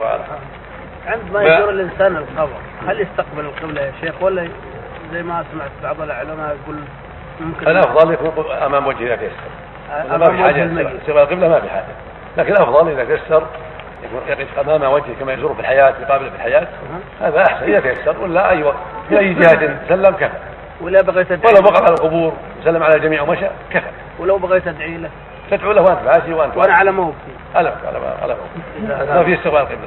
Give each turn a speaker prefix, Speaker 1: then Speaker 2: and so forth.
Speaker 1: واضح
Speaker 2: عندما
Speaker 1: ما-
Speaker 2: يدور الانسان القبر هل يستقبل القبله يا شيخ ولا زي ما سمعت بعض العلماء يقول ممكن
Speaker 1: الافضل يكون امام وجهه يسر
Speaker 2: أمام
Speaker 1: ما في
Speaker 2: وجه
Speaker 1: حاجه
Speaker 2: الميت.
Speaker 1: سوى القبله ما في حاجه لكن الافضل اذا تيسر يكون يقف امام وجهه كما يزور في الحياه يقابل في الحياه
Speaker 2: أها.
Speaker 1: هذا احسن اذا تيسر ولا اي وقت في اي جهه سلم كفى
Speaker 2: ولا بغيت ادعي
Speaker 1: ولو
Speaker 2: له-
Speaker 1: وقف على القبور وسلم على الجميع ومشى كفى
Speaker 2: ولو بغيت ادعي له
Speaker 1: تدعو له وانت ماشي وانت
Speaker 2: وانا على موقفي
Speaker 1: على على على ما في استقبال القبله